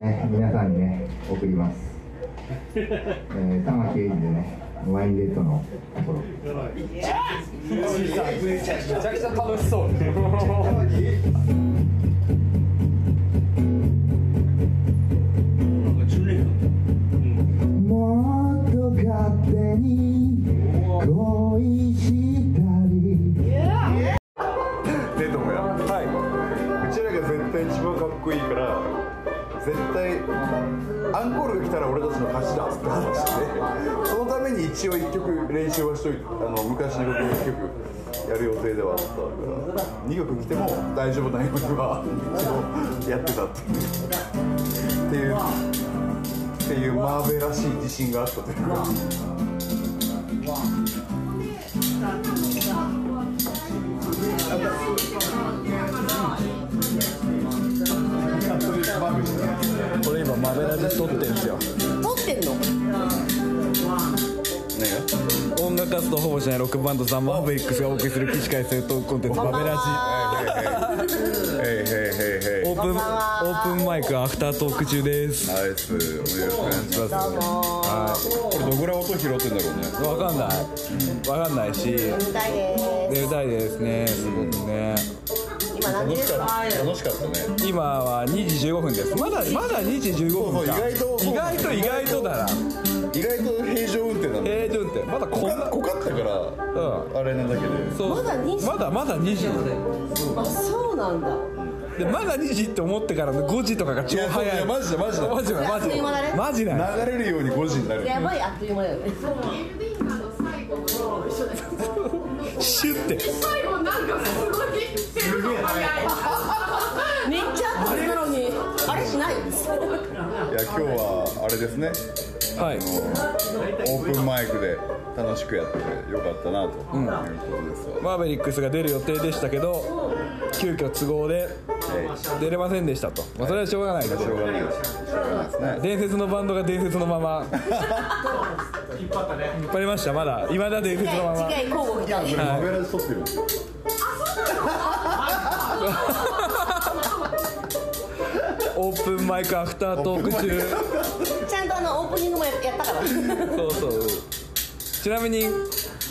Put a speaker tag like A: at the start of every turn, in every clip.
A: ね、皆さんにね、送ります。えー、玉木英二でね、ワインレッドのところ。
B: めちゃくちゃ楽しそう
A: もっと勝手に恋したり。
C: でともやはいうちらが絶対一番かっこいいから絶対アンコールが来たら俺たちの勝ちだって話してそのために一応一曲練習はしといてあの昔の曲の一曲やる予定ではあったから2曲来ても大丈夫なようには一応やってたっていうっていうっていうマーベらしい自信があったというか。
B: これ今マベラで撮ってるんですよ
D: 撮ってんの
B: 音楽活動ほぼしないロックバンドザ・マーベリックスがお送りする起死回生トークコンテンツマベラ
C: へいへいへいへ
B: ジオープンオープンマイクアフタートーク中です
C: ナイスお願いしますはいこれどこら音拾ってんだろうね
B: わかんないわかんないし出
D: 歌いで
B: たいですねすごくね
D: す今何時ですか
C: 楽しかったね
B: 今は2時15分ですまだまだ2時15分か
C: そうそう
B: 意
C: 意
B: 外
C: 外
B: と
C: と
B: 意外とだな
C: 意外と平常運転なんだ
B: 平準ってまだこん
C: 濃
B: な
C: か濃かったから
B: う
C: あれなだけで
B: んそう
D: まだ2時
B: まだまだ2時
D: あそうなんだ
B: でまだ2時って思ってからの5時とかが超
C: いや
B: 早
C: い
B: い
C: やマジでマジで
B: マジでマジ
D: あっという間だね
B: でマジで
C: 流れるように5時になる
D: やばいあっという間だよね
B: シュッて
E: 最後なんかすごいテンポ早い
D: めっちゃあっという間なのにあれしない
C: いや今日はあれですね
B: はい
C: オープンマイクで楽しくやってよかったなということですわ、
B: マーベリックスが出る予定でしたけど急遽都合で
C: え
B: 出れませんでしたと、まあ、それはしょうがないけ
C: えし
B: ど
C: ょうがないしょうがないですね
B: 伝説のバンドが伝説のまま引っ張ったね引っ張りましたまだいまだ伝説のまま
D: 次回交互みたい
C: これマベラで撮ってる
B: オープンマイクアフタートーク中
D: ちゃんとあのオープニングもやった から
B: そうそうちなみに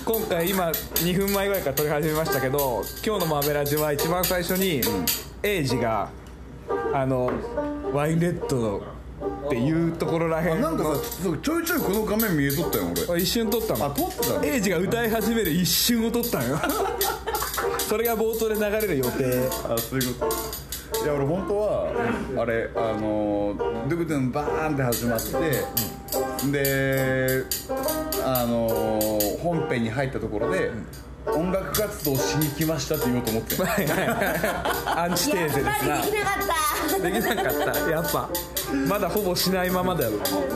B: 今回今2分前ぐらいから撮り始めましたけど今日の「マーベラジ」は一番最初にエイジがあのワインレッドっていうところらへん
C: なんかさちょいちょいこの画面見えとったよ俺
B: 一瞬撮った
C: あ
B: の
C: 撮ってたの
B: エイジが歌い始める一瞬を撮ったのよ それが冒頭で流れる予定
C: あそういうこといや俺本当はあれあのドゥクドゥンバーンって始まって、であの本編に入ったところで、音楽活動しに来ましたって言おうと思 って
B: はいはい はいアンチテ
D: や
B: ー
D: っ
B: ゼです
D: ぱりできなかった
B: なできなかったやっぱまだほぼしないままだよ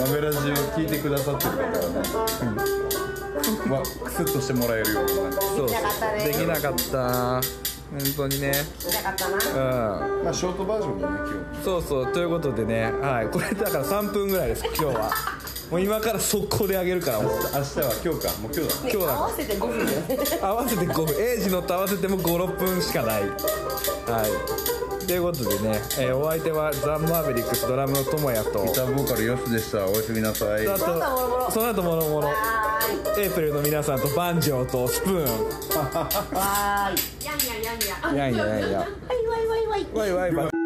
C: マベラジを聞いてくださってる方はね、わクスッとしてもらえるようななんか
B: そう
D: できなかったね
B: できなかった本当にね
D: できなかったな
B: うん
C: まあショートバージョンだね
B: そうそうということでね、はい、これだから3分ぐらいです今日はもう今から速攻であげるからもう
C: 今日明日は今日かもう今日だ
D: ね
B: 今日だ
D: 合わせて5分だよね
B: 合わせて5分エイジのと合わせても56分しかないはいということでね、えーお相手はザ・マーベリックスドラムの智也と
C: ギターボーカルヤスでしたおやすみなさい
B: その
D: その他もろも
B: 後
D: ろ
B: その後もろもろ
D: はーい
B: エイプリルの皆さんとバンジョーとスプーン
D: わーい
E: やんややんや
B: いやいやいや dạ,
D: わいわいわいわい
B: わいわいわい